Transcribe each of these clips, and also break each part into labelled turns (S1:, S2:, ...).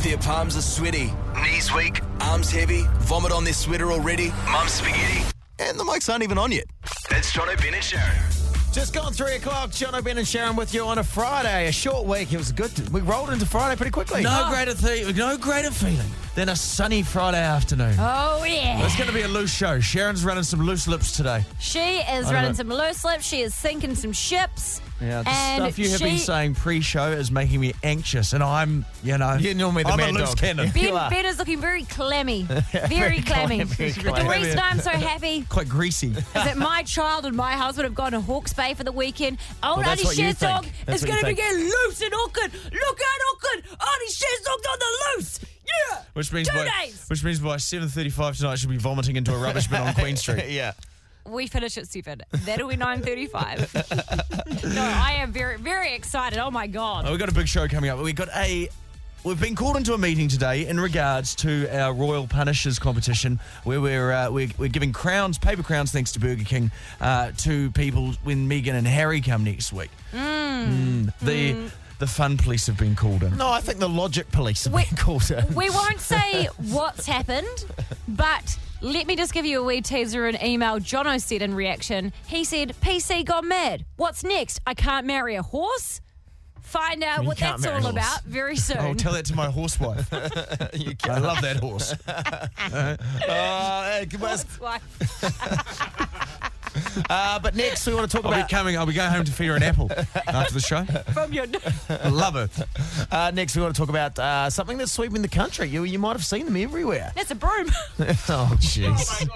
S1: Their palms are sweaty, knees weak, arms heavy, vomit on their sweater already, mum's spaghetti, and the mics aren't even on yet. It's Jono, Ben and Sharon.
S2: Just gone three o'clock. John O'Brien and Sharon with you on a Friday, a short week. It was good. To, we rolled into Friday pretty quickly.
S3: No
S4: Oh.
S3: greater thing, no greater feeling than a sunny Friday afternoon.
S4: Oh yeah.
S3: It's going to be a loose show. Sharon's running some loose lips today.
S4: She is
S3: I
S4: running
S3: know.
S4: some loose lips. She is sinking some ships.
S3: Yeah, the
S4: and
S3: stuff you have been
S4: she-
S3: saying pre-show is making me anxious, and I'm, you know,
S2: You're normally the
S3: I'm
S2: mad
S3: a loose
S2: dog.
S3: cannon.
S2: You
S4: Ben,
S2: are.
S4: ben is looking very clammy. Very,
S2: Very clammy,
S4: clammy.
S2: very
S4: But the
S2: clammy.
S4: reason I'm so happy
S3: Quite greasy.
S4: is that my child and my husband have gone to Hawke's Bay for the weekend. Old
S2: Well, that's
S4: Auntie
S2: what you
S4: Shez
S2: think.
S4: dog
S2: That's
S4: is
S2: what you
S4: going to
S2: think.
S4: be getting loose in Auckland. Look out, Auckland! Auntie Shez dog's on the loose. Yeah.
S3: Which means
S4: two
S3: by,
S4: days.
S3: which means by 7:35 tonight she'll be vomiting into a rubbish bin on Queen Street.
S2: yeah.
S4: We finish at seven. That'll be nine thirty-five. no, I am very, very excited. Oh my god.
S3: Oh, we've got a big show coming up. We've got a. We've been called into a meeting today in regards to our Royal Punishers competition, where we're uh, we're, we're giving crowns, paper crowns, thanks to Burger King, uh, to people when Megan and Harry come next week.
S4: Hmm.
S3: Mm, the the fun police have been called in.
S2: No, I think the logic police have
S4: We-
S2: been called in.
S4: We won't say what's happened, but let me just give you a wee teaser in email Jono said in reaction. He said, PC gone mad. What's next? I can't marry a horse? Find out
S2: You
S4: what
S2: can't
S4: that's
S2: marry
S4: all
S2: a horse.
S4: about very soon.
S3: Oh, tell that to my horsewife. I love that horse.
S2: Uh, but-
S4: Housewife.
S2: uh, but next, we want to talk
S3: I'll be
S2: about.
S3: coming. I'll be going home to feed her an apple after the show.
S4: from your
S3: I love her.
S2: Uh, next, we want to talk about uh, something that's sweeping the country. You you might have seen them everywhere.
S4: that's a broom.
S2: oh jeez.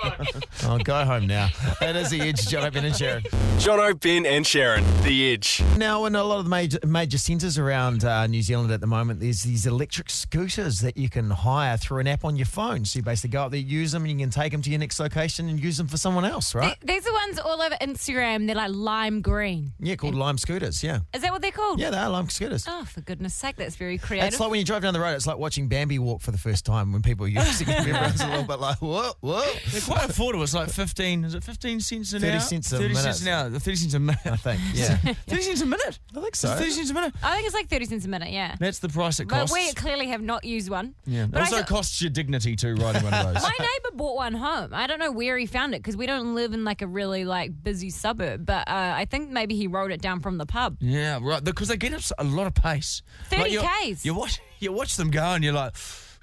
S2: Oh, go home now. That is the edge, John Ben and Sharon.
S1: Jono, Ben and Sharon, The Edge.
S2: Now, in a lot of the major, major centres around uh, New Zealand at the moment, there's these electric scooters that you can hire through an app on your phone. So you basically go up there, use them, and you can take them to your next location and use them for someone else, right?
S4: These are ones all over Instagram. They're like lime green.
S2: Yeah, called Lime Scooters. Yeah.
S4: Is that what they're called?
S2: Yeah, they are Lime Scooters.
S4: Oh, for goodness sake, that's very
S2: It's
S4: creative.
S2: like when you drive down the road, it's like watching Bambi walk for the first time when people are using it. Everyone's a little bit like, whoa, whoa.
S3: They're quite affordable. It's like 15. Is it 15 cents an
S2: 30
S3: hour?
S2: cents a
S3: 30
S2: minute.
S3: cents an hour. 30 cents a minute.
S2: I think. Yeah.
S3: 30 cents a minute.
S2: I think
S3: It's 30 cents a minute.
S4: I think it's like 30 cents a minute, yeah.
S3: That's the price it
S4: But
S3: costs.
S4: we clearly have not used one.
S3: yeah.
S4: But I
S3: also
S4: thought-
S3: costs your dignity too, riding one of those.
S4: My neighbour bought one home. I don't know where he found it because we don't live in like a really like busy suburb. But uh, I think maybe he rolled it down from the pub.
S3: yeah, right. Because they get up a lot of pace.
S4: 30
S3: you
S4: Ks.
S3: You watch, you watch them go and you're like,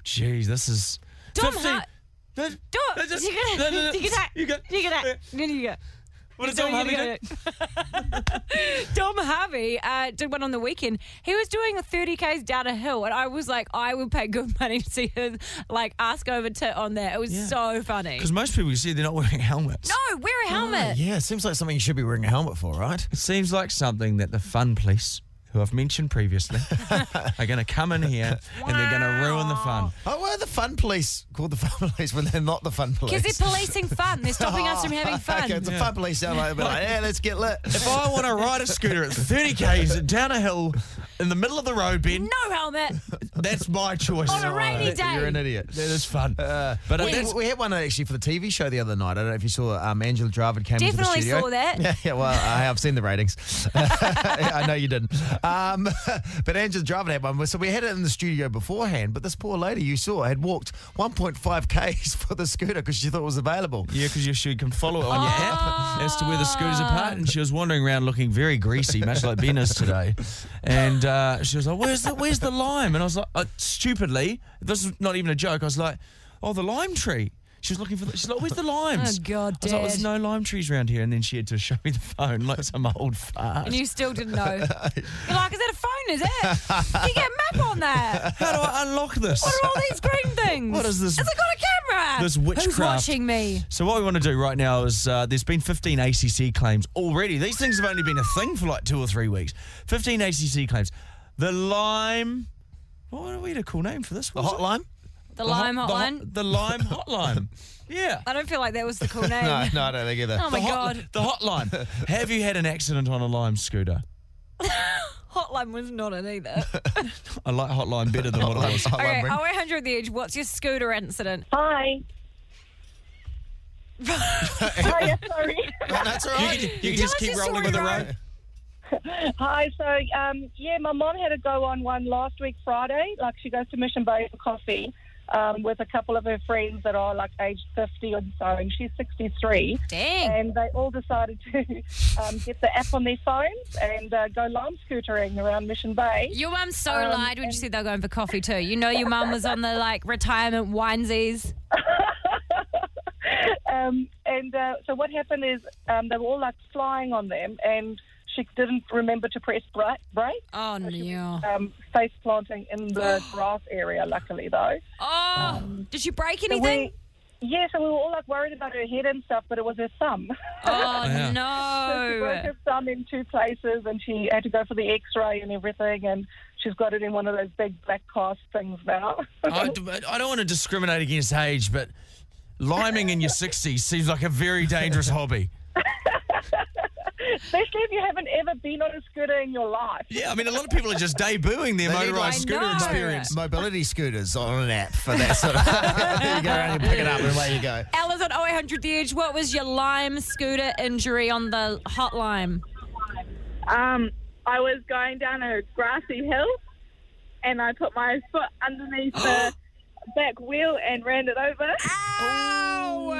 S3: geez, this is.
S4: Dom,
S3: 15
S4: how-
S3: No,
S4: Do
S3: no,
S4: it.
S3: just-
S4: You get
S3: no,
S4: that.
S3: no, no,
S4: You get that.
S3: You go.
S4: You get that. Then you go.
S3: What does
S4: So
S3: Dom
S4: you
S3: Harvey do?
S4: get it. Dom Harvey uh, did one on the weekend. He was doing a 30 k's down a hill, and I was like, I would pay good money to see his like ask over tit on there. It was
S3: Yeah.
S4: so funny.
S3: Because most people you see, they're not wearing helmets.
S4: No,
S3: Oh,
S4: wear a helmet.
S2: Yeah, it seems like something you should be wearing a helmet for, right?
S3: It seems like something that the fun police, who I've mentioned previously, are going to come in here and they're going to ruin the fun.
S2: Oh, well, the fun police called the fun police when they're not the fun police.
S4: Because they're policing fun. They're stopping us from having fun.
S2: Okay, it's a fun police sound like, like, yeah, let's get lit.
S3: If I want to ride a scooter at 30 k's down a hill in the middle of the road, Ben,
S4: No helmet.
S3: that's my choice.
S4: On a rainy day.
S2: You're an idiot. Uh,
S3: That is fun. but
S2: We,
S3: that's,
S2: we had one actually for the TV show the other night. I don't know if you saw um, Angela Dravid came into the
S4: Definitely
S2: studio.
S4: saw that.
S2: Yeah, yeah well, I, I've seen the ratings. I know you didn't. Um, but Angela Dravid had one. So we had it in the studio beforehand, but this poor lady you saw had walked 1.5 Ks for the scooter because she thought it was available.
S3: yeah, because you, you can follow it on your app
S4: Ah.
S3: as to where the scooters are parked. And she was wandering around looking very greasy, much like Ben is today. And uh, she was like, "Where's the Where's the lime?" And I was like, uh, stupidly, this is not even a joke. I was like, "Oh, the lime tree." She was looking for. The, she's like, "Where's the limes?"
S4: Oh, God,
S3: I was like,
S4: Dad.
S3: "There's no lime trees around here." And then she had to show me the phone like some old fart.
S4: And you still didn't know. You're like, is that a phone? Is it? You get a map on there.
S3: How do I unlock this?
S4: What are all these green things?
S3: What is this-
S4: Has it got a camera?
S3: this
S4: Who's
S3: witchcraft?
S4: watching me?
S3: So what we want to do right now is uh, there's been 15 ACC claims already. These things have only been a thing for like two or three weeks. 15 ACC claims. The lime. What are we a cool name for this?
S2: The
S3: What was it?
S2: hotline?
S3: The
S4: The lime
S3: hot- the hot-
S4: hotline.
S3: The lime hotline. yeah.
S4: I don't feel like that was the cool name.
S2: No, no, I don't think either.
S4: Oh my
S3: the hot-
S4: god,
S3: The hotline. have you had an accident on a lime scooter?
S4: hotline was not it either.
S3: I like hotline better than what it was.
S2: Hotline
S4: okay,
S2: ring.
S4: oh eight hundred the edge. What's your scooter incident?
S5: Hi. oh, yeah, sorry.
S2: That's all
S3: You
S2: right.
S3: can, you can
S4: Tell
S3: just
S4: us
S3: keep
S4: your
S3: rolling
S4: story,
S3: with it,
S4: Ryan.
S3: right?
S5: Hi. So, um, yeah, my mom had a go on one last week Friday. Like, she goes to Mission Bay for coffee um, with a couple of her friends that are like aged 50 or so, and she's 63.
S4: Dang.
S5: And they all decided to um, get the app on their phones and uh, go lime scootering around Mission Bay.
S4: Your mum so
S5: Um,
S4: lied when she said they were going for coffee too. You know your mum was on the like retirement winesies.
S5: um, and uh, so what happened is um, they were all like flying on them, and she didn't remember to press bra- brake.
S4: Oh no.
S5: Um, face planting in the grass area, luckily though.
S4: Oh, did she break
S5: So
S4: anything?
S5: we, yeah, so we were all like worried about her head and stuff, but it was her thumb.
S4: Oh
S5: So
S3: Yeah.
S5: she broke
S4: no.
S5: her thumb in two places, and she had to go for the X-ray and everything, and she's got it in one of those big black cast things now.
S3: I, I don't want to discriminate against age, but liming in your 60s seems like a very dangerous hobby.
S5: Especially if you haven't ever been on a scooter in your life.
S3: Yeah, I mean, a lot of people are just debuting
S2: They need,
S3: their
S2: like,
S3: motorized scooter
S4: I know.
S3: experience.
S2: Mobility scooters on an app for that sort of. there you go, and you pick it up and away you go.
S4: Ella's on 0800 The Edge. What was your lime scooter injury on the hot lime?
S6: Um, I was going down a grassy hill, and I put my foot underneath the back wheel and ran it over.
S4: Ah! Ow!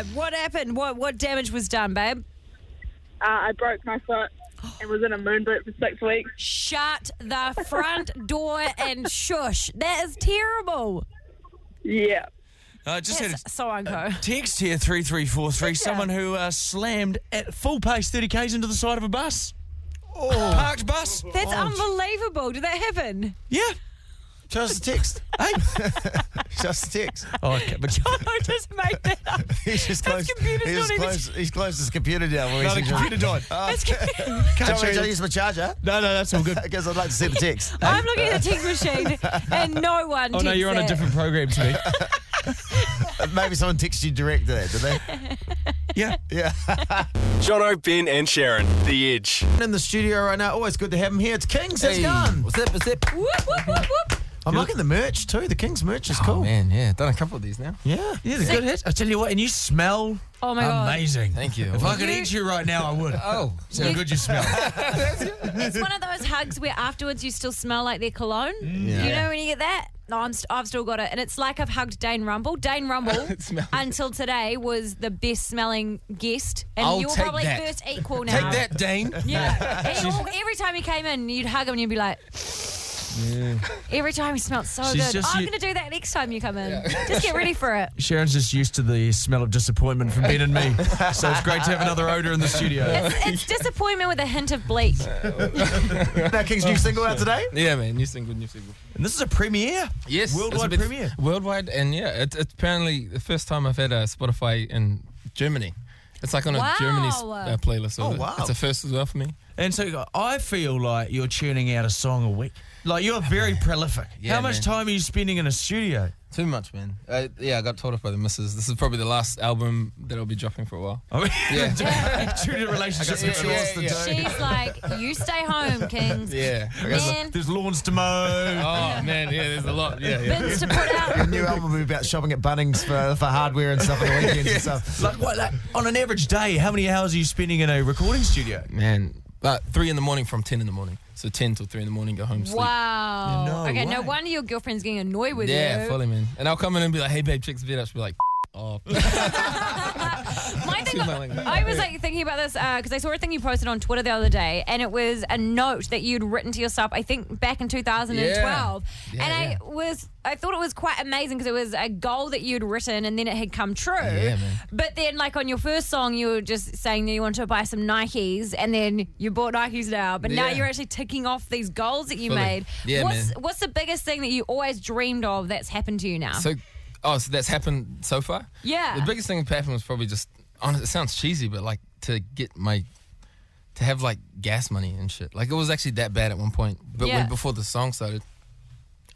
S4: Uh, What happened? What what damage was done, babe?
S6: Uh, I broke my foot and was in a moon boot for six weeks.
S4: Shut the front door and shush. That is terrible.
S6: Yeah.
S3: I just had
S4: That's so unco.
S3: a text here, 3343, someone who uh, slammed at full pace 30 k's into the side of a bus. Parked bus. Oh.
S4: That's unbelievable. Did that happen?
S3: Yeah.
S2: Show us the text.
S3: Hey.
S2: Show us the text.
S3: Oh, okay, but
S4: I just made that up.
S2: He's just
S4: His
S2: closed.
S4: computer's
S2: he's,
S4: not even-
S2: closed he's closed his computer down. Well,
S3: no,
S2: he's
S3: the
S2: enjoying-
S3: computer died.
S2: Oh,
S4: It's good.
S2: can't
S3: change
S2: change. I
S3: it.
S2: use my charger
S3: No, no, that's all good.
S2: because I'd like to see the text.
S4: I'm looking at the text machine and no one.
S3: Oh, no,
S4: texts
S3: you're on a
S4: that.
S3: different program to me.
S2: Maybe someone texted you direct there, did they?
S3: Yeah.
S2: Yeah.
S1: Jono, Ben, and Sharon, The Edge.
S2: in the studio right now. Always good to have him here. It's Kings. How's
S7: Hey.
S2: it going?
S7: What's up? What's up?
S4: Whoop, whoop, whoop, whoop.
S2: I'm liking the merch too. The Kings merch is cool.
S7: Oh man, yeah, done a couple of these now.
S2: Yeah.
S3: Yeah, the good hit. I tell you what, and you smell
S4: Oh, my God.
S3: amazing.
S7: Thank you.
S3: If I could
S4: You-
S3: eat you right now, I would.
S7: Oh,
S3: So good you smell.
S4: It's one of those hugs where afterwards you still smell like their cologne.
S7: Mm.
S4: You know when you get that? No, I'm st- I've still got it. And it's like I've hugged Dane Rumble. Dane Rumble,
S7: smells-
S4: until today, was the best smelling guest. And
S7: I'll
S4: you're
S7: take
S4: probably
S7: that.
S4: first equal now.
S7: take that, Dane.
S4: Yeah. He- all- every time he came in, you'd hug him and you'd be like, every time he smelled so
S3: She's
S4: good.
S3: just-
S4: I'm
S3: you-
S4: going to do that next time you come in. Just get ready for it.
S3: Sharon's just used to the smell of disappointment from Ben and me. So it's great to have another odour in the studio.
S4: It's, it's disappointment with a hint of bleat.
S2: Now Kings new single out today.
S7: Yeah, man, new single, new single.
S3: And this is a premiere.
S7: Yes,
S3: Worldwide
S7: it's a bit-
S3: premiere.
S7: Worldwide, and yeah, it's, it's apparently the first time I've had a Spotify in Germany. It's like on a
S4: Wow.
S7: Germany s- uh, playlist. so
S2: Oh, wow.
S7: It's a first as well for me.
S3: And so I feel like you're tuning out a song a week. Like you're very prolific.
S7: Yeah,
S3: How much
S7: man.
S3: time are you spending in a studio?
S7: Too much, man. Uh, yeah, I got told off by the missus. This is probably the last album that I'll be dropping for a while.
S3: I mean,
S7: Yeah.
S3: tuning relationships.
S7: Yeah, yeah, yeah.
S4: She's like, you stay home, Kings.
S7: Yeah. I got-
S4: Man,
S3: There's lawns to mow.
S7: Oh man, yeah, there's a lot. Yeah, yeah.
S4: bins to put out.
S2: The new album will be about shopping at Bunnings for, for hardware and stuff on the weekends and stuff.
S3: Like, what, like on an average day, how many hours are you spending in a recording studio?
S7: Man, about three in the morning from ten in the morning. So ten till three in the morning, go home, sleep.
S4: Wow.
S3: No
S4: okay, no
S3: way.
S4: wonder your girlfriend's getting annoyed with
S7: Yeah,
S4: you.
S7: fully, man. And I'll come in and be like, "Hey, babe, chicks vid up." She'll be like, "F- "Off."
S4: My thing,
S7: Something like that.
S4: I was like thinking about this because I saw a thing you posted on Twitter the other day, and it was a note that you'd written to yourself. I think back in 2012,
S7: Yeah,
S4: and
S7: yeah.
S4: I was, I thought it was quite amazing because it was a goal that you'd written, and then it had come true.
S7: Yeah, man.
S4: But then, like on your first song, you were just saying that you wanted to buy some Nikes, and then you bought Nikes now. But now
S7: Yeah.
S4: you're actually ticking off these goals that you
S7: Fully.
S4: made.
S7: Yeah,
S4: what's,
S7: man.
S4: what's the biggest thing that you always dreamed of that's happened to you now?
S7: so, oh, so that's happened so far.
S4: Yeah.
S7: The biggest thing that happened was probably just. Honest, it sounds cheesy, but like to get my, to have like gas money and shit. Like it was actually that bad at one point. But
S4: Yeah.
S7: when before the song started,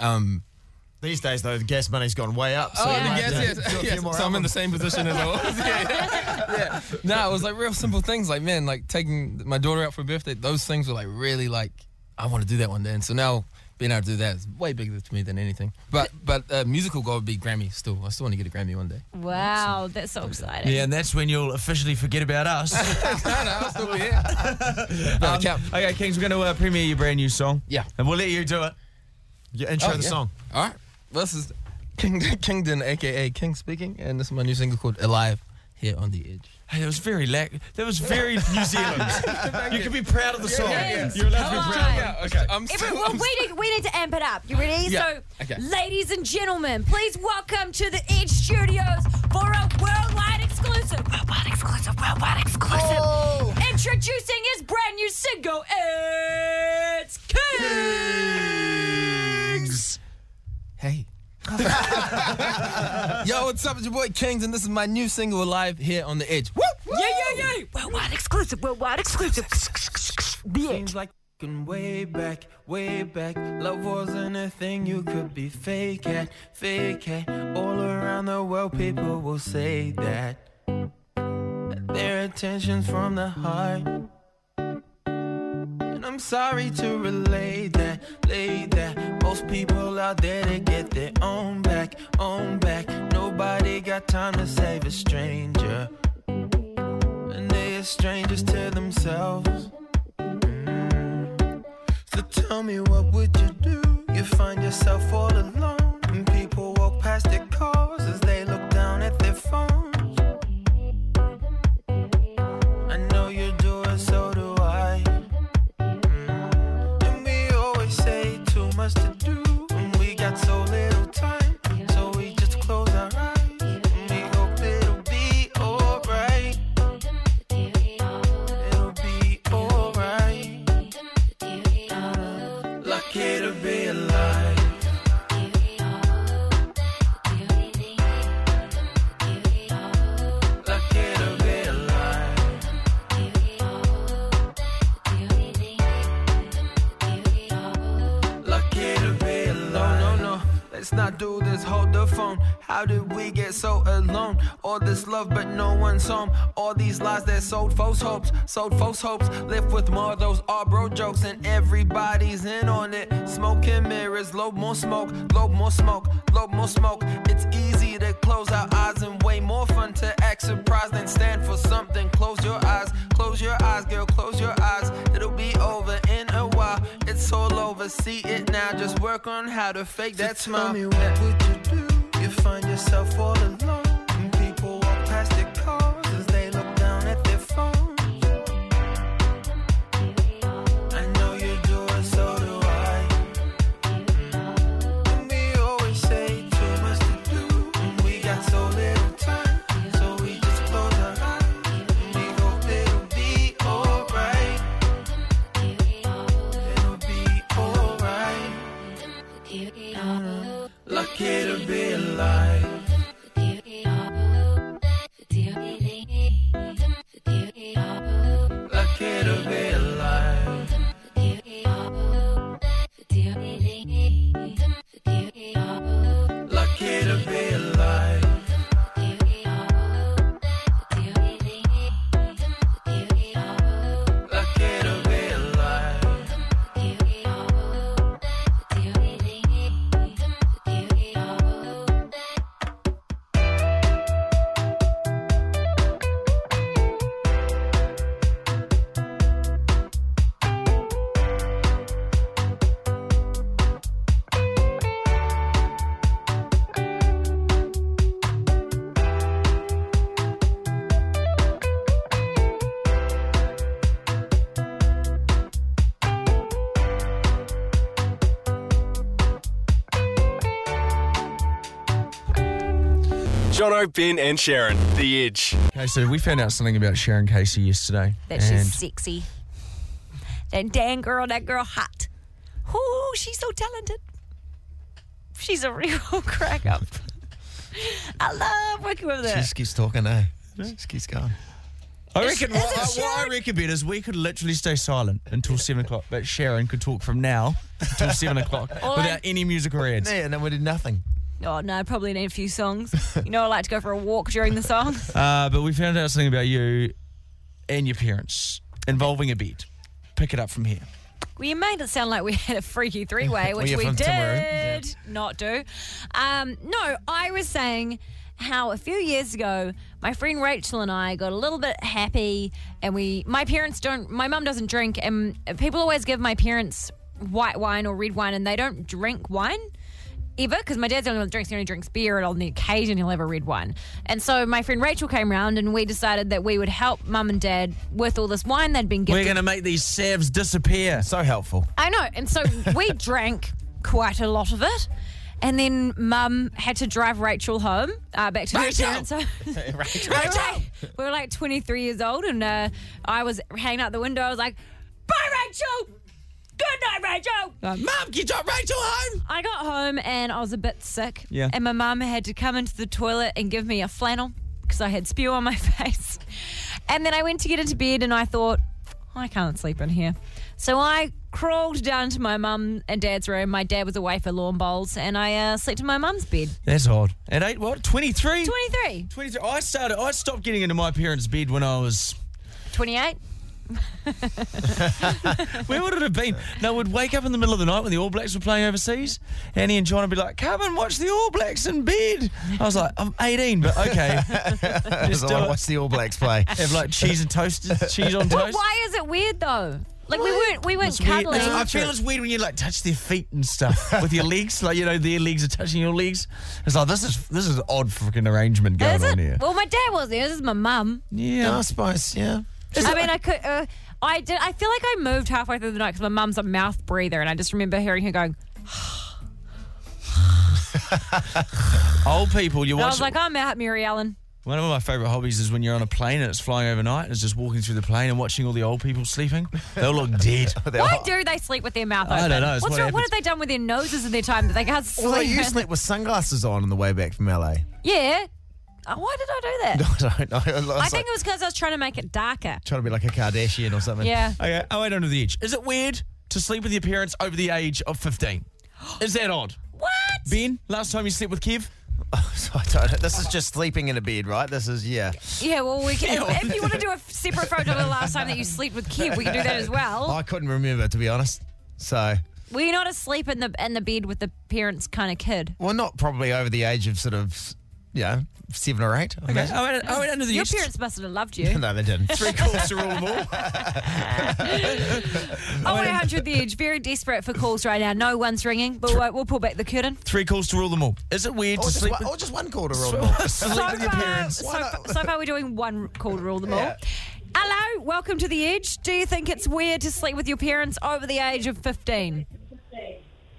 S7: um,
S2: These days though, the gas money's gone way up. So
S7: Oh,
S2: you might
S7: the gas,
S2: have to
S7: yes,
S2: do a few
S7: yes.
S2: more
S7: So I'm in the
S2: albums.
S7: same position as I was. yeah, yeah. yeah. No, it was like real simple things. Like, man, like taking my daughter out for a birthday, those things were like really like, I want to do that one day. And so now being able to do that is way bigger to me than anything. But but uh, musical goal would be Grammy. Still, I still want to get a Grammy one day.
S4: Wow, that's so exciting.
S3: Yeah, and that's when you'll officially forget about us.
S7: no, no, I'll still be here. Brother Cap.
S3: okay, Kings, we're going to uh, premiere your brand new song.
S7: Yeah.
S3: And we'll let you do it.
S2: Yeah, intro
S7: Oh,
S2: the
S7: yeah.
S2: song.
S7: All right. Well, this is King, Kingdon, aka King speaking, and this is my new single called Alive here on the Edge.
S3: Hey, that was very lack. That was very New Zealand. you can be proud of the song.
S4: yeah.
S3: You're allowed to be
S4: Come
S3: proud.
S4: on.
S7: Yeah, Uh, okay. I'm
S4: Every- well, we need, we need to amp it up. You ready?
S7: Yeah,
S4: So,
S7: okay.
S4: ladies and gentlemen, please welcome to the Edge Studios for a worldwide exclusive. Worldwide exclusive, worldwide exclusive. Introducing his brand new single, It's Kings.
S7: Hey. Yo, what's up? It's your boy Kings, and this is my new single Alive here on the Edge. Woo!
S4: Yeah, yeah, yeah. Worldwide exclusive, worldwide exclusive. The Edge.
S8: Seems like fucking way back, way back. Love wasn't a thing you could be fake at, fake at. All around the world, people will say that. That Their attention's from the heart. And I'm sorry to relay that, lay that. Most people out there, they get their own back, own back. Nobody got time to save a stranger. And they are strangers to themselves. Mm. So tell me, what would you do? You find yourself all alone, and people walk past their cars as they look down at their phones. I know you do it, so do I. Mm. And we always say too much to do, and we got so little time, so we just close our eyes and we hope it'll be alright. It'll be alright. Lucky to be alive. Lucky to be alive. Lucky to be alive. No, no, no. Let's not do this. Hold the phone. How did we get so alone? All this love, but no one's home. All these lies that sold false hopes, sold false hopes. Live with more of those all bro jokes, and everybody's in on it. Smoke and mirrors, load more smoke, load more smoke, load more smoke. It's easy to close our eyes and way more fun to act surprised than stand for something. Close your eyes, close your eyes, girl, close your eyes. It'll be over in a while. It's all over, see it now. Just work on how to fake that smile. Tell me what would you do? You find yourself all alone. And people walk past their cars as they look down at their phones. I know you do it, so do I. And we always say too much to do. And we got so little time. So we just close our eyes. And we hope it'll be alright. It'll be alright. Lucky to be alive. Lucky to be alive. Lucky to be alive. Lucky to be alive.
S9: Jono, Ben, and Sharon, The Edge.
S3: Okay, so we found out something about Sharon Casey yesterday.
S4: That
S3: and
S4: she's sexy. That dang girl, that girl hot. Ooh, she's so talented. She's a real crack up. I love working with her.
S2: She just keeps talking, eh? She just keeps going.
S3: I reckon
S4: Is it
S3: what, I, what I
S4: Sharon?
S3: reckon Ben, is we could literally stay silent until seven o'clock, but Sharon could talk from now till seven o'clock
S4: All
S3: without
S4: I-
S3: any musical ads.
S2: Yeah, and then we did nothing.
S4: Oh no, I probably need a few songs. You know, I like to go for a walk during the song.
S3: Uh, but we found out something about you and your parents involving a bed. Pick it up from here.
S4: Well, you made it sound like we had a freaky three way,
S2: Well,
S4: which
S2: you're
S4: we
S2: from
S4: did
S2: Timaru.
S4: not do. Um, no, I was saying how a few years ago, my friend Rachel and I got a little bit happy, and we, my parents don't, my mum doesn't drink, and people always give my parents white wine or red wine, and they don't drink wine ever because my dad's the only one that drinks. He only drinks beer, and on the occasion he'll have a red one. And so my friend Rachel came round, and we decided that we would help mum and dad with all this wine they'd been gifted.
S3: We're going to make these salves disappear.
S2: So helpful.
S4: I know. And so we drank quite a lot of it. And then mum had to drive Rachel home, uh, back to
S3: Rachel!
S4: her parents' home. We were, like, we were like 23 years old, and uh, I was hanging out the window. I was like, Bye, Rachel! Good night, Rachel!
S3: Uh, Mum, you drop Rachel home?
S4: I got home and I was a bit sick.
S3: Yeah.
S4: And my mum had to come into the toilet and give me a flannel because I had spew on my face. And then I went to get into bed and I thought, I can't sleep in here. So I crawled down to my mum and dad's room. My dad was away for lawn bowls and I uh, slept in my mum's bed.
S3: That's odd. At eight, what? 23?
S4: 23,
S3: 23. I started, I stopped getting into my parents' bed when I was
S4: 28.
S3: Where would it have been? No, we'd wake up in the middle of the night when the All Blacks were playing overseas. Annie and John would be like, come and watch the All Blacks in bed. I was like, I'm 18, but okay.
S2: Just
S3: do it.
S2: watch the All Blacks play.
S3: Have like cheese and toast, cheese on
S4: But
S3: toast.
S4: why is it weird though? Like we weren't we weren't
S3: It's weird.
S4: cuddling.
S3: I feel it's weird when you like touch their feet and stuff with your legs. Like, you know, their legs are touching your legs. It's like, this is this is an odd freaking arrangement going
S4: Is
S3: on
S4: it?
S3: here.
S4: Well, my dad was there. This is my mum.
S3: yeah.
S2: I suppose, yeah.
S4: I mean, I could. Uh, I did. I feel like I moved halfway through the night because my mum's a mouth breather, and I just remember hearing her going.
S3: Old people, you
S4: And I
S3: watch
S4: was like, I'm out, Mary Ellen.
S3: One of my favourite hobbies is when you're on a plane and it's flying overnight, is just walking through the plane and watching all the old people sleeping. They'll look dead.
S4: Why do they sleep with their mouth open?
S3: I don't know, it's
S4: What's
S3: what
S4: wrong- what
S3: happens.
S4: have they done with their noses in their time that they can't sleep?
S2: Although you slept with sunglasses on on the way back from LA.
S4: yeah. Oh, why did I do that?
S2: I don't know. I, was
S4: I
S2: like,
S4: think it was because I was trying to make it darker.
S2: trying to be like a Kardashian or something.
S4: Yeah.
S3: Okay, I went under the edge. Is it weird to sleep with your parents over the age of 15? Is that odd?
S4: What?
S3: Ben, last time you slept with Kev?
S2: So I don't know. This is just sleeping in a bed, right? This is yeah.
S4: Yeah. Well, we can. if, if you want to do a separate photo of the last time that you slept with Kev, we can do that as well.
S2: I couldn't remember to be honest. So
S4: Were you not asleep in the in the bed with the parents kind of kid?
S2: well, not probably over the age of sort of you know seven or eight. I
S3: Okay,
S2: imagine.
S3: I went, I went under the
S4: Your
S3: edge.
S4: parents must have loved you.
S2: No, they didn't.
S3: Three calls to rule them all.
S4: Oh, 0800 The Edge. Very desperate for calls right now. No one's ringing, but we'll, we'll pull back the curtain.
S3: Three calls to rule them all. Is it weird
S2: Or
S3: to
S2: just,
S3: sleep
S2: one,
S3: with,
S2: or just one quarter or more.
S3: sleep with your parents?
S4: so, fa- so far, we're doing one call to rule them all. Hello, welcome to The Edge. Do you think it's weird to sleep with your parents over the age of 15?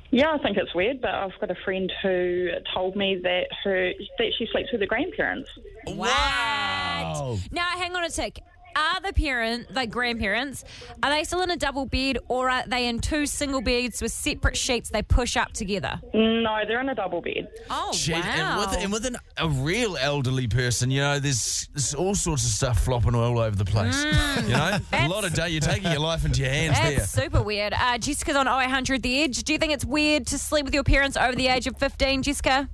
S5: Yeah, I think it's weird, but I've got a friend who told me that her that she sleeps with her grandparents.
S3: Wow.
S4: Now, hang on a tick. Are the parent, the grandparents, are they still in a double bed or are they in two single beds with separate sheets they push up together?
S5: No, they're in a double bed.
S4: Oh,
S3: Shit,
S4: wow.
S3: And with, and with an, a real elderly person, you know, there's, there's all sorts of stuff flopping all over the place. you know, a lot of day you're taking your life into your hands
S4: Mm. That's
S3: there.
S4: super weird. Uh, Jessica's on 0800 The Edge. Do you think it's weird to sleep with your parents over the age of 15, Jessica?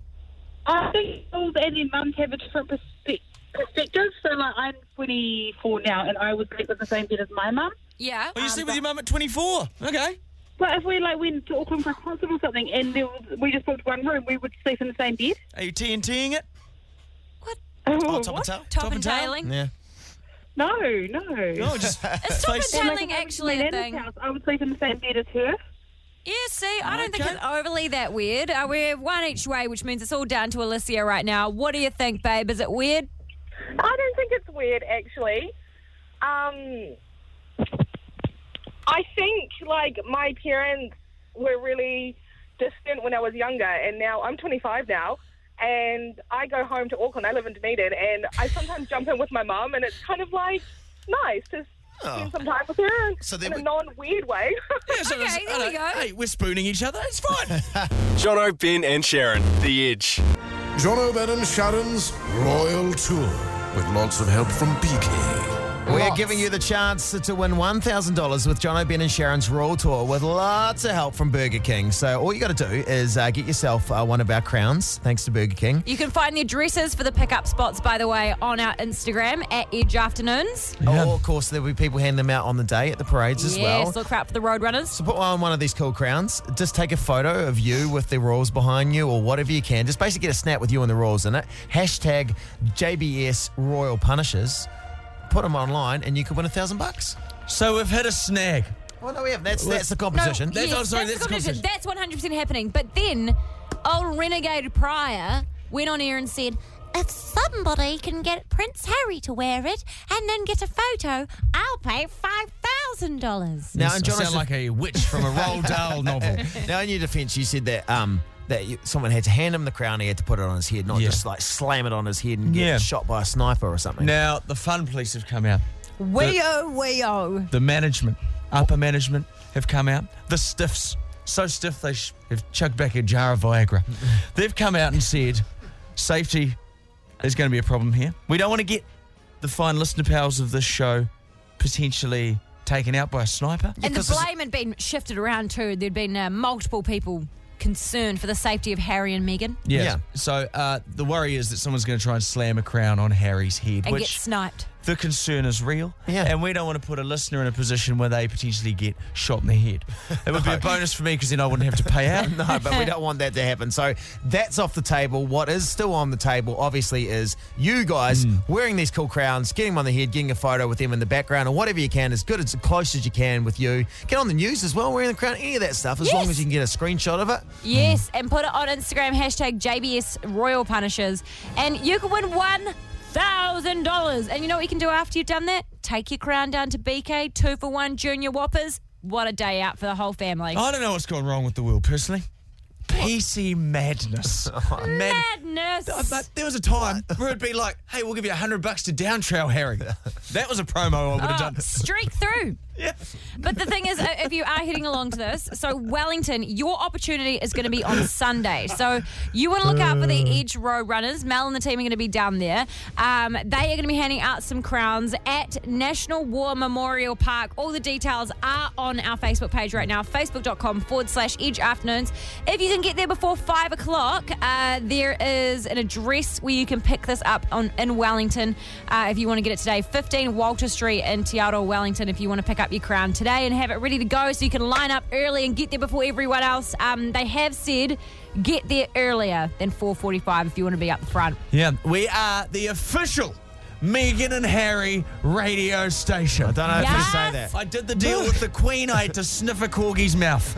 S6: I think girls and their mums have a different perspe- perspective. So, like, I'm 24 now, and I was sleep with the same bed as my mum.
S4: Yeah. um,
S3: Well, you sleep with your mum at 24. Okay.
S6: But if we like went to Auckland for a concert or something, and there was, we just booked one room, we would sleep in the same bed.
S3: Are you TNTing it?
S6: Oh,
S3: top and
S6: what?
S3: tail?
S4: Top, and tailing.
S2: yeah.
S6: No, no.
S2: Oh.
S3: No, just
S4: Is top and
S3: face-
S4: tailing
S6: Like,
S4: actually
S6: my
S4: a
S6: nana's
S4: thing?
S6: House, I would sleep in the same bed as her.
S4: Yeah, see, I don't think
S3: Okay.
S4: it's overly that weird. Uh, we're one each way, which means it's all down to Alicia right now. What do you think, babe? Is it weird?
S5: I don't think it's weird actually. Um, I think like my parents were really distant when I was younger, and now I'm 25 now, and I go home to Auckland. I live in Dunedin, and I sometimes jump in with my mum, and it's kind of like nice to
S10: Oh.
S5: spend some time with her
S2: So
S5: in
S2: then
S5: a
S2: we-
S5: non-weird way.
S11: Uh,
S3: Yeah, so
S4: Okay,
S3: it's- I
S4: there we
S3: don't-
S4: go.
S3: Hey, we're spooning each other. It's fine.
S9: Jono, Ben, and Sharon, The Edge.
S12: John O'Bannon Sharon's Royal Tour with lots of help from PK.
S2: We're
S4: Lots.
S2: giving you the chance to win $1,000 with John O'Brien and Sharon's Royal Tour with lots of help from Burger King. So all you got to do is uh, get yourself uh, one of our crowns, thanks to Burger King.
S4: You can find the addresses for the pickup spots, by the way, on our Instagram at Edge Afternoons.
S2: Or, of course, there'll be people handing them out on the day at the parades as well.
S4: Yes, look out for the Roadrunners.
S2: So put on one of these cool crowns. Just take a photo of you with the Royals behind you or whatever you can. Just basically get a snap with you and the Royals in it. Hashtag JBS Royal Punishers. Put them online and you could win a thousand bucks.
S3: So we've hit a snag.
S2: Well, no, we haven't. That's, that's the
S4: No,
S2: competition.
S4: yes,
S3: oh, sorry,
S4: that's,
S3: that's
S4: the competition.
S3: competition.
S4: That's 100% happening. But then, old renegade Pryor went on air and said, if somebody can get Prince Harry to wear it and then get a photo, I'll pay $5,000.
S2: Now,
S3: I
S2: in Jonathan's-
S3: sound like a witch from a Roald Dahl novel.
S2: now, in your defence, you said that um, that you, someone had to hand him the crown. He had to put it on his head, not
S3: Yeah.
S2: just like slam it on his head and get
S3: Yeah.
S2: shot by a sniper or something.
S3: Now, the fun police have come out.
S4: Weo, weo.
S3: The management, upper management, have come out. The stiffs, so stiff they sh- have chucked back a jar of Viagra. They've come out and said, safety is going to be a problem here. We don't want to get the fine listener powers of this show potentially taken out by a sniper.
S4: And the
S2: 'cause it's-
S4: blame had been shifted around too. There'd been uh, multiple people concerned for the safety of Harry and Meghan
S3: Yes.
S2: Yeah.
S3: So uh, the worry is that someone's going to try and slam a crown on Harry's head,
S4: and
S3: which
S4: get sniped.
S3: the concern is real.
S2: Yeah.
S3: And we don't want to put a listener in a position where they potentially get shot in the head. It would be a bonus for me because then I wouldn't have to pay out.
S2: no, but we don't want that to happen. So that's off the table. What is still on the table, obviously, is you guys
S3: Hmm.
S2: wearing these cool crowns, getting them on the head, getting a photo with them in the background, or whatever you can, as good as close as you can with you. Get on the news as well, wearing the crown, any of that stuff, as long
S4: Yes.
S2: as you can get a screenshot of it.
S4: Yes, and put it on Instagram hashtag JBS Royal Punishers, and you can win one thousand dollars. And you know what you can do after you've done that? Take your crown down to BK two for one Junior Whoppers. What a day out for the whole family.
S3: I don't know what's gone wrong with the world personally. PC madness. Mad-
S4: Madness.
S3: Uh, But there was a time where it'd be like, hey, we'll give you a hundred bucks to downtrail Harry. That was a promo I would have
S4: Oh,
S3: done.
S4: streak through.
S3: Yeah.
S4: But the thing is, uh, if you are heading along to this, so Wellington, your opportunity is going to be on Sunday. So you want to look out for
S3: Uh.
S4: the Edge Row Runners. Mel and the team are going to be down there. Um, they are going to be handing out some crowns at National War Memorial Park. All the details are on our Facebook page right now, facebook.com forward slash Edge Afternoons. If you can get there before five o'clock, uh, there is an address where you can pick this up on in Wellington uh, if you want to get it today. 15 Walter Street in Te Aroha, Wellington. If you want to pick up your crown today and have it ready to go, so you can line up early and get there before everyone else. Um, they have said get there earlier than 4:45 if you want to be up front.
S3: Yeah. We are the official Megan and Harry radio station. I
S2: Don't know if you say
S4: Yes.
S2: that.
S3: I did the deal with the Queen. I had to sniff a corgi's mouth.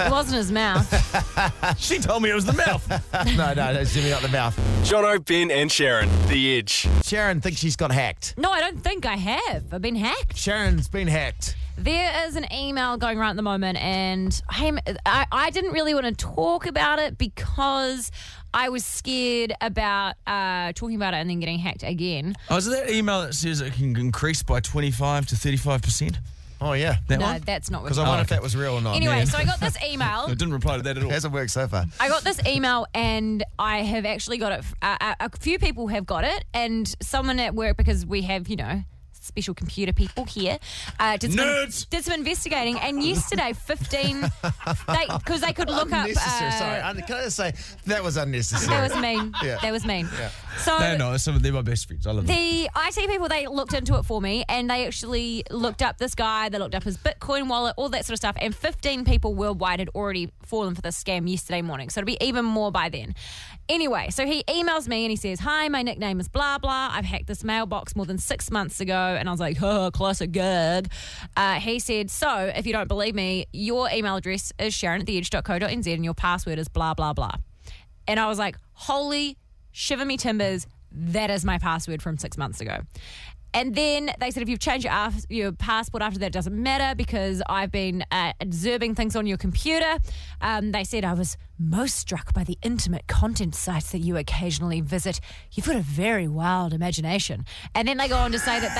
S4: It wasn't his mouth.
S3: She told me it was the mouth.
S2: No, no, no, it's giving out the mouth.
S9: Jono, Ben, and Sharon, The Edge.
S2: Sharon thinks she's got hacked.
S4: No, I don't think I have. I've been hacked.
S2: Sharon's been hacked.
S4: There is an email going around at the moment, and I'm, I, I didn't really want to talk about it because I was scared about uh, talking about it and then getting hacked again.
S3: Oh, is it that email that says it can increase by 25 to 35%?
S2: Oh, yeah.
S3: That
S4: No,
S3: one?
S4: that's not what
S2: Because I
S4: oh,
S2: wonder if
S4: okay.
S2: that was real or not.
S4: Anyway, so I got this email.
S3: I didn't reply to that at all.
S2: It hasn't worked so far.
S4: I got this email and I have actually got it. Uh, a- a few people have got it, and someone at work because we have, you know, special computer people here. Uh, did some
S3: Nerds!
S4: did some investigating, and yesterday, fifteen, because they, could look up.
S2: Unnecessary.
S4: uh,
S2: Sorry. Un- Can I just say that was unnecessary?
S4: That was mean.
S2: Yeah.
S4: That was mean. So
S3: No, no, some of they're my best friends. I love them.
S4: the IT people they looked into it for me and they actually looked up this guy, they looked up his Bitcoin wallet, all that sort of stuff, and 15 people worldwide had already fallen for this scam yesterday morning. So it'll be even more by then. Anyway, so he emails me and he says, "Hi, my nickname is blah blah. I've hacked this mailbox more than six months ago." And I was like, "Oh, classic gag." Uh, he said, "So if you don't believe me, your email address is Sharon at the edge.co.nz and your password is blah blah blah." And I was like, holy shiver me timbers, that is my password from six months ago. And then they said, if you've changed your, af- your passport after that, it doesn't matter because I've been uh, observing things on your computer. Um, they said, I was most struck by the intimate content sites that you occasionally visit. You've got a very wild imagination. And then they go on to say that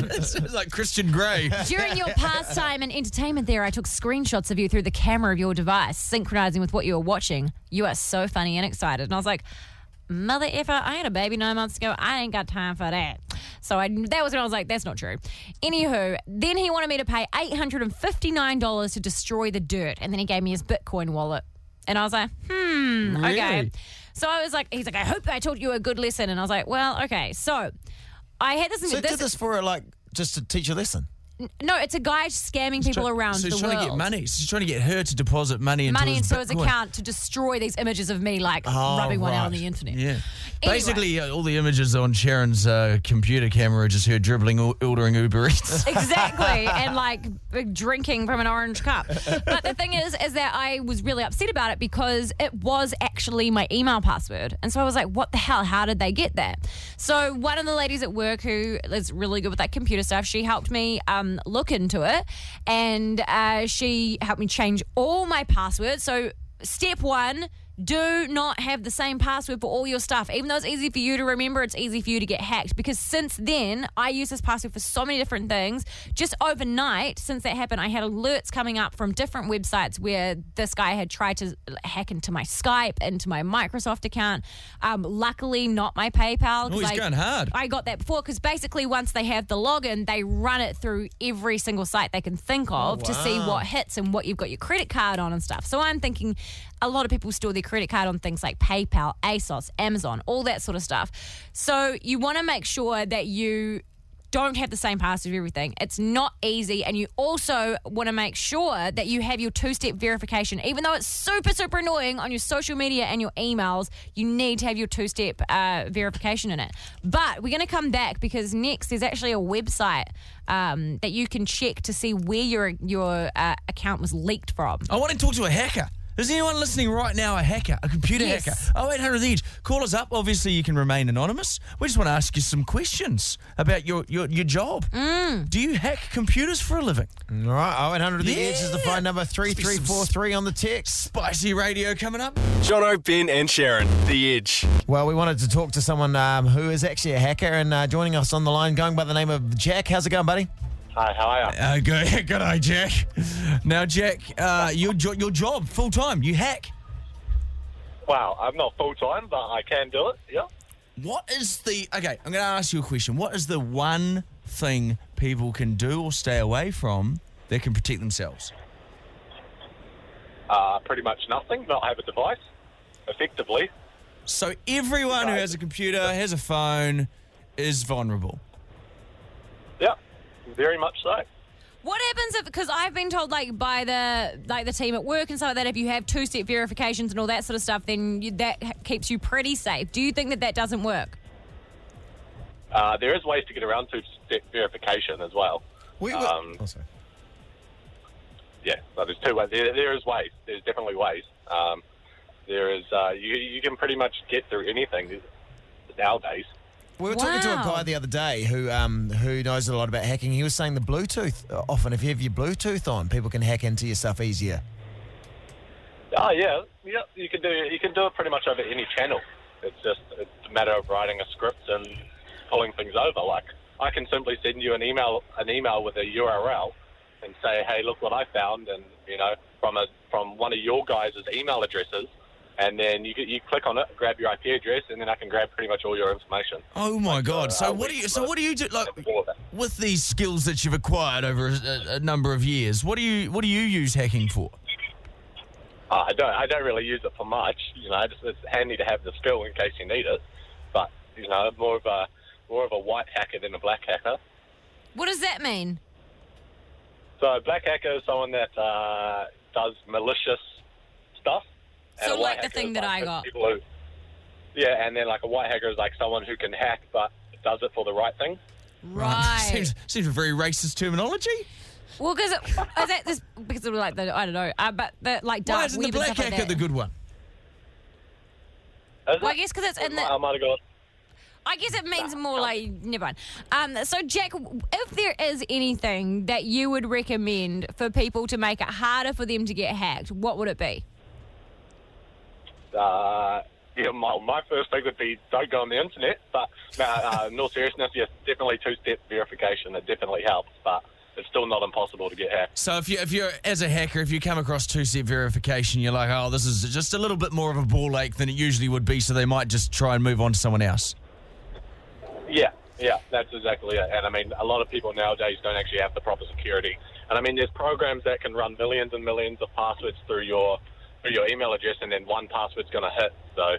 S4: they've. Um,
S3: It's like Christian Grey.
S4: during your pastime and entertainment there, I took screenshots of you through the camera of your device, synchronizing with what you were watching. You are so funny and excited. And I was like, Mother effer, I had a baby nine months ago. I ain't got time for that. So I, that was when I was like, that's not true. Anywho, then he wanted me to pay $859 to destroy the dirt. And then he gave me his Bitcoin wallet. And I was like, hmm, okay.
S3: Really?
S4: So I was like, he's like, I hope I taught you a good lesson. And I was like, well, okay. So I had this.
S2: So
S4: this-
S2: did this for like just to teach a lesson.
S4: no, it's a guy scamming people
S3: Try-
S4: around
S3: so
S4: the
S3: he's
S4: world.
S3: trying to get money. So he's trying to get her to deposit money into
S4: money
S3: his
S4: into his
S3: Bitcoin.
S4: account to destroy these images of me like
S3: Oh,
S4: rubbing one out on
S3: right.
S4: the internet.
S3: Yeah.
S4: Anyway.
S3: Basically, uh, all the images on Sharon's uh, computer camera are just her dribbling, or- ordering Uber Eats.
S4: Exactly, and like drinking from an orange cup. But the thing is, is that I was really upset about it because it was actually my email password, and so I was like, "What the hell? How did they get that?" So one of the ladies at work who is really good with that computer stuff, she helped me um, look into it, and uh, she helped me change all my passwords. So step one. Do not have the same password for all your stuff. Even though it's easy for you to remember, it's easy for you to get hacked because since then, I use this password for so many different things. Just overnight, since that happened, I had alerts coming up from different websites where this guy had tried to hack into my Skype, into my Microsoft account. Um, luckily, not my PayPal. 'cause
S3: Oh, he's
S4: I-
S3: going hard.
S4: I got that before because basically once they have the login, they run it through every single site they can think of to see what hits and what you've got your credit card on and stuff. So I'm thinking a lot of people store their credit card on things like PayPal, ASOS, Amazon, all that sort of stuff. So you want to make sure that you don't have the same password for everything. It's not easy. And you also want to make sure that you have your two step verification. Even though it's super, super annoying on your social media and your emails, you need to have your two step uh, verification in it. But we're going to come back because next there's actually a website um, that you can check to see where your, your uh, account was leaked from.
S3: I want to talk to a hacker. Is anyone listening right now a hacker, a computer
S4: Yes.
S3: hacker? Oh, 0800 The Edge. Call us up. Obviously, you can remain anonymous. We just want to ask you some questions about your, your, your job.
S2: Mm.
S3: Do you hack computers for a living?
S2: All
S3: oh
S2: right, 0800 The Edge is the
S3: Yeah.
S2: phone number 3343 on the text.
S3: Spicy radio coming up.
S9: Jono, Ben, and Sharon, The Edge.
S2: Well, we wanted to talk to someone um, who is actually a hacker and uh, joining us on the line, going by the name of Jack. How's it going, buddy?
S12: Hi, how are you?
S3: Uh, good, good eye, Jack. Now, Jack, uh, your, jo- your job, full time, you hack.
S12: Wow, I'm not full time, but I can do it. Yeah.
S3: What is the. Okay, I'm going to ask you a question. What is the one thing people can do or stay away from that can protect themselves?
S12: Uh, pretty much nothing. Not have a device, effectively.
S3: So everyone who has a computer, has a phone, is vulnerable.
S12: Yeah, very much so.
S4: What happens if because I've been told like by the like the team at work and stuff like that if you have two step verifications and all that sort of stuff then you, that h- keeps you pretty safe. Do you think that that doesn't work?
S12: Uh, there is ways to get around two-step verification as well.
S2: We were-
S12: Um,
S2: oh, sorry.
S12: yeah, so there's two ways. There, there is ways. There's definitely ways. Um, there is. Uh, you you can pretty much get through anything nowadays.
S2: We were talking to a
S4: Wow.
S2: guy the other day who um, who knows a lot about hacking. He was saying the Bluetooth uh, often, if you have your Bluetooth on, people can hack into your stuff easier.
S12: Oh yeah, yeah. You can do you can do it pretty much over any channel. It's just it's a matter of writing a script and pulling things over. Like I can simply send you an email an email with a URL and say, hey, look what I found, and you know from a from one of your guys' email addresses, and then you you click on it, grab your IP address, and then I can grab pretty much all your information.
S3: Oh my god! So
S12: uh,
S3: what do
S12: we-
S3: you? So what do you do? Like
S12: All of it.
S3: with these skills that you've acquired over a, a number of years, what do you? What do you use hacking for?
S12: Uh, I don't. I don't really use it for much. You know, it's, it's handy to have the skill in case you need it. But you know, more of a more of a white hacker than a black hacker.
S4: What does that mean?
S12: So a black hacker is someone that uh, does malicious stuff. a
S4: So
S12: white
S4: like the
S12: hacker
S4: thing
S12: is
S4: that I
S12: those
S4: got.
S12: People who, yeah, and then like a white hacker is like someone who can hack but does it for the right thing.
S4: Right.
S3: seems seems a very racist terminology.
S4: well, because is that this because of like the I don't know, uh, but the like dark
S3: Why isn't the
S4: web and
S3: black
S4: stuff like
S3: hacker
S4: that.
S3: the good one?
S12: Is
S4: Well, I
S12: it?
S4: guess because it's in
S12: I
S4: the.
S12: might have got.
S4: I guess it means
S3: Oh.
S4: more like never mind. Um, so Jack, if there is anything that you would recommend for people to make it harder for them to get hacked, what would it be?
S12: Uh, yeah, my, my first thing would be don't go on the internet. But no, uh, in all seriousness, yes, definitely two-step verification. It definitely helps, but it's still not impossible to get hacked.
S3: So if you if you're as a hacker, if you come across two step verification, you're like, oh, this is just a little bit more of a ball ache than it usually would be. So they might just try and move on to someone else.
S12: Yeah, Yeah, that's exactly it. And I mean, a lot of people nowadays don't actually have the proper security. And I mean, there's programs that can run millions and millions of passwords through your through your email address, and then one password's going to hit. So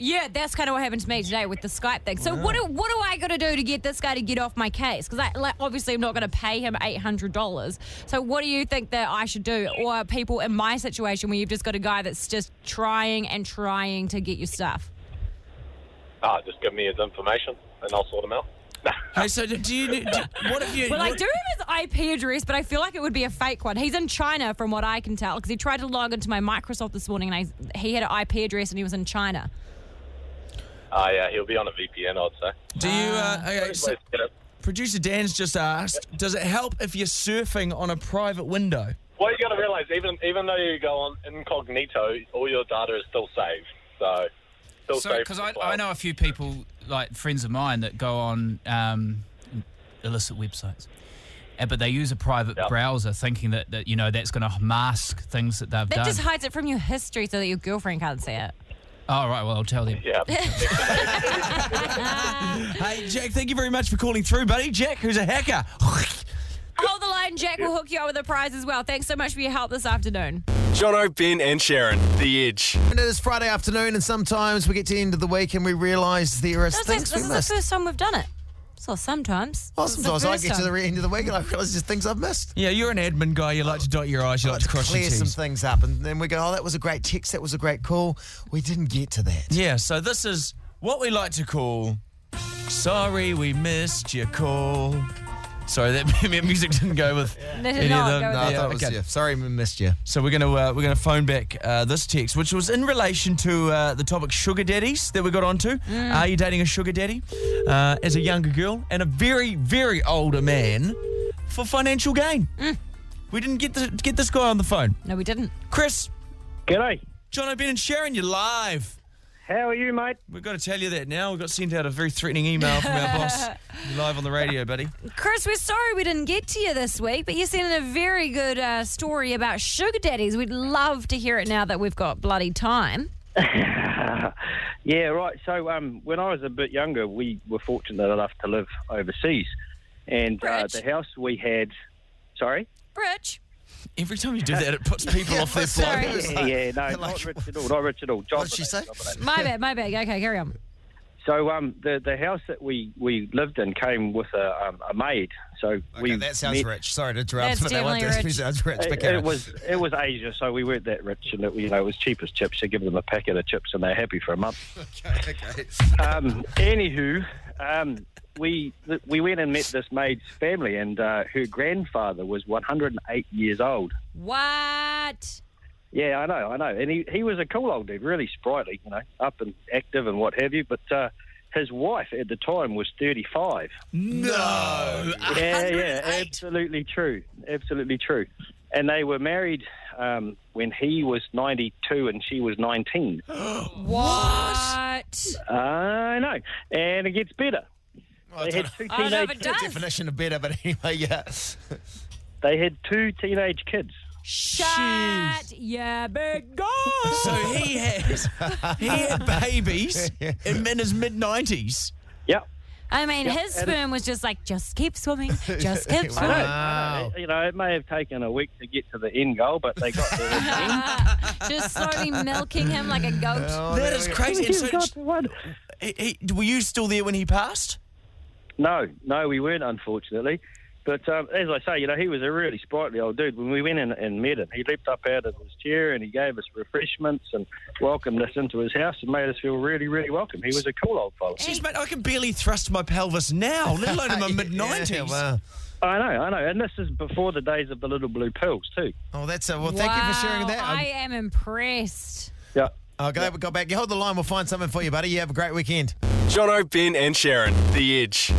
S4: Yeah, that's kind of what happened to me today with the Skype thing. So what do, what do I got to do to get this guy to get off my case? Because I like, obviously I'm not going to pay him eight hundred dollars. So what do you think that I should do, or are people in my situation where you've just got a guy that's just trying and trying to get your stuff?
S12: ah, just give me his information, and I'll sort him out.
S3: Hey, so do do you? Do, what have you?
S4: Well, I
S3: what-
S4: do have his IP address, but I feel like it would be a fake one. He's in China, from what I can tell, because he tried to log into my Microsoft this morning, and I, he had an IP address and he was in China.
S12: Ah, yeah, he'll be on a VPN, I'd say.
S3: Do you? Uh, okay, so producer Dan's just asked. Does it help if you're surfing on a private window?
S12: Well, you got to realize, even even though you go on incognito, all your data is still saved. So still
S11: So,
S12: saved.
S11: because I, I know a few people, like friends of mine, that go on um, illicit websites, uh, but they use a private browser, thinking that, that you know that's going to mask things that they've
S4: That
S11: done.
S4: just hides it from your history so that your girlfriend can't see it.
S11: oh right, well I'll tell them.
S12: Yeah.
S3: hey, Jack, thank you very much for calling through, buddy. Jack, who's a hacker.
S4: Hold the line, Jack. We'll hook you up with a prize as well. Thanks so much for your help this afternoon.
S9: Jono, Ben, and Sharon, The Edge.
S2: And it is Friday afternoon, and sometimes we get to the end of the week and we realise there are
S4: This,
S2: things
S4: is, this
S2: we
S4: is
S2: missed.
S4: the first time we've done it. So sometimes.
S2: Well,
S4: This is
S2: Oh, sometimes
S4: the
S2: I
S4: first
S2: get to
S4: time.
S2: the end of the week and I realise there's things I've missed.
S3: Yeah, you're an admin guy. You like to dot your I's. You like, to cross your
S2: Clear
S3: T's.
S2: some things up, and then we go, oh, that was a great text, that was a great call. We didn't get to that.
S3: Yeah, so this is what we like to call Sorry We Missed Your Call. Sorry, that music didn't go with
S4: No,
S3: any
S4: no,
S3: of
S4: go
S3: them.
S4: with No, I it. thought it was
S2: you. Sorry we missed you.
S3: So we're going to uh, we're going to phone back uh, this text, which was in relation to uh, the topic sugar daddies that we got onto.
S4: Mm.
S3: Are you dating a sugar daddy uh, as a younger girl and a very very older man for financial gain?
S4: Mm.
S3: We didn't get the, get this guy on the phone.
S4: No, we didn't.
S3: Chris.
S10: G'day.
S3: John O'Brien and Sharon, you're live.
S10: How are you, mate?
S3: We've got to tell you that now. We got sent out a very threatening email from our boss. You're live on the radio, buddy.
S4: Chris, we're sorry we didn't get to you this week, but you sent in a very good uh, story about sugar daddies. We'd love to hear it now that we've got bloody time.
S10: yeah, right. So um, when I was a bit younger, we were fortunate enough to live overseas, and uh, the house we had. Sorry.
S4: Rich.
S3: Every time you do that, it puts people off their floor.
S10: Yeah, yeah, no, not rich at all. Not rich at all. Job
S3: she say?
S4: My bad, my bad. Okay, carry on.
S10: So um, the the house that we, we lived in came with a, um, a maid. So we
S2: that sounds
S10: met-
S2: rich. Sorry to interrupt,
S10: That's
S2: but that one
S10: definitely
S2: definitely
S10: rich.
S2: sounds rich. uh, but
S10: It,
S2: carry
S10: it
S2: on.
S10: was it was Asia, so we weren't that rich, and it, you know it was cheap as chips. You give them a packet of chips, and they're happy for a month.
S2: okay, okay.
S10: um, anywho, um, we th- we went and met this maid's family, and uh, her grandfather was 108 years old.
S4: What?
S10: Yeah, I know, I know, and he he was a cool old dude, really sprightly, you know, up and active and what have you. But uh, his wife at the time was 35.
S3: No.
S10: Yeah, yeah, absolutely true, absolutely true. And they were married um, when he was 92 and she was 19.
S4: What?
S10: I know. And it gets better. they had two
S4: I don't know if
S10: teenage
S4: it does.
S2: Definition of better, but anyway, yeah.
S10: They had two teenage kids.
S4: Shut your big goal.
S3: So he has he had babies in in his mid nineties.
S10: Yep.
S4: I mean,
S10: Yeah,
S4: his
S10: and it-
S4: sperm was just like, just keep swimming, just keep
S10: I know,
S4: swimming.
S10: I know. You know, it may have taken a week to get to the end goal, but they got there. in the end.
S4: just slowly milking him like a goat.
S10: Oh,
S3: that is crazy. And so,
S10: one.
S3: He, he- were you still there when he passed?
S10: No, no, we weren't, unfortunately. But um, as I say, you know, he was a really sprightly old dude. When we went in and met him, he leapt up out of his chair and he gave us refreshments and welcomed us into his house and made us feel really, really welcome. He was a cool old fella.
S3: Jeez, mate, I can barely thrust my pelvis now, let
S2: Uh,
S3: alone in my mid nineties.
S10: I know, I know. And this is before the days of the little blue pills, too.
S2: Oh, that's a, well, thank you for sharing
S4: Wow,
S2: that.
S4: I am impressed.
S10: Yeah.
S2: Okay, we got back. You hold the line. We'll find something for you, buddy. You have a great weekend.
S9: Jono, Ben, and Sharon, The Edge.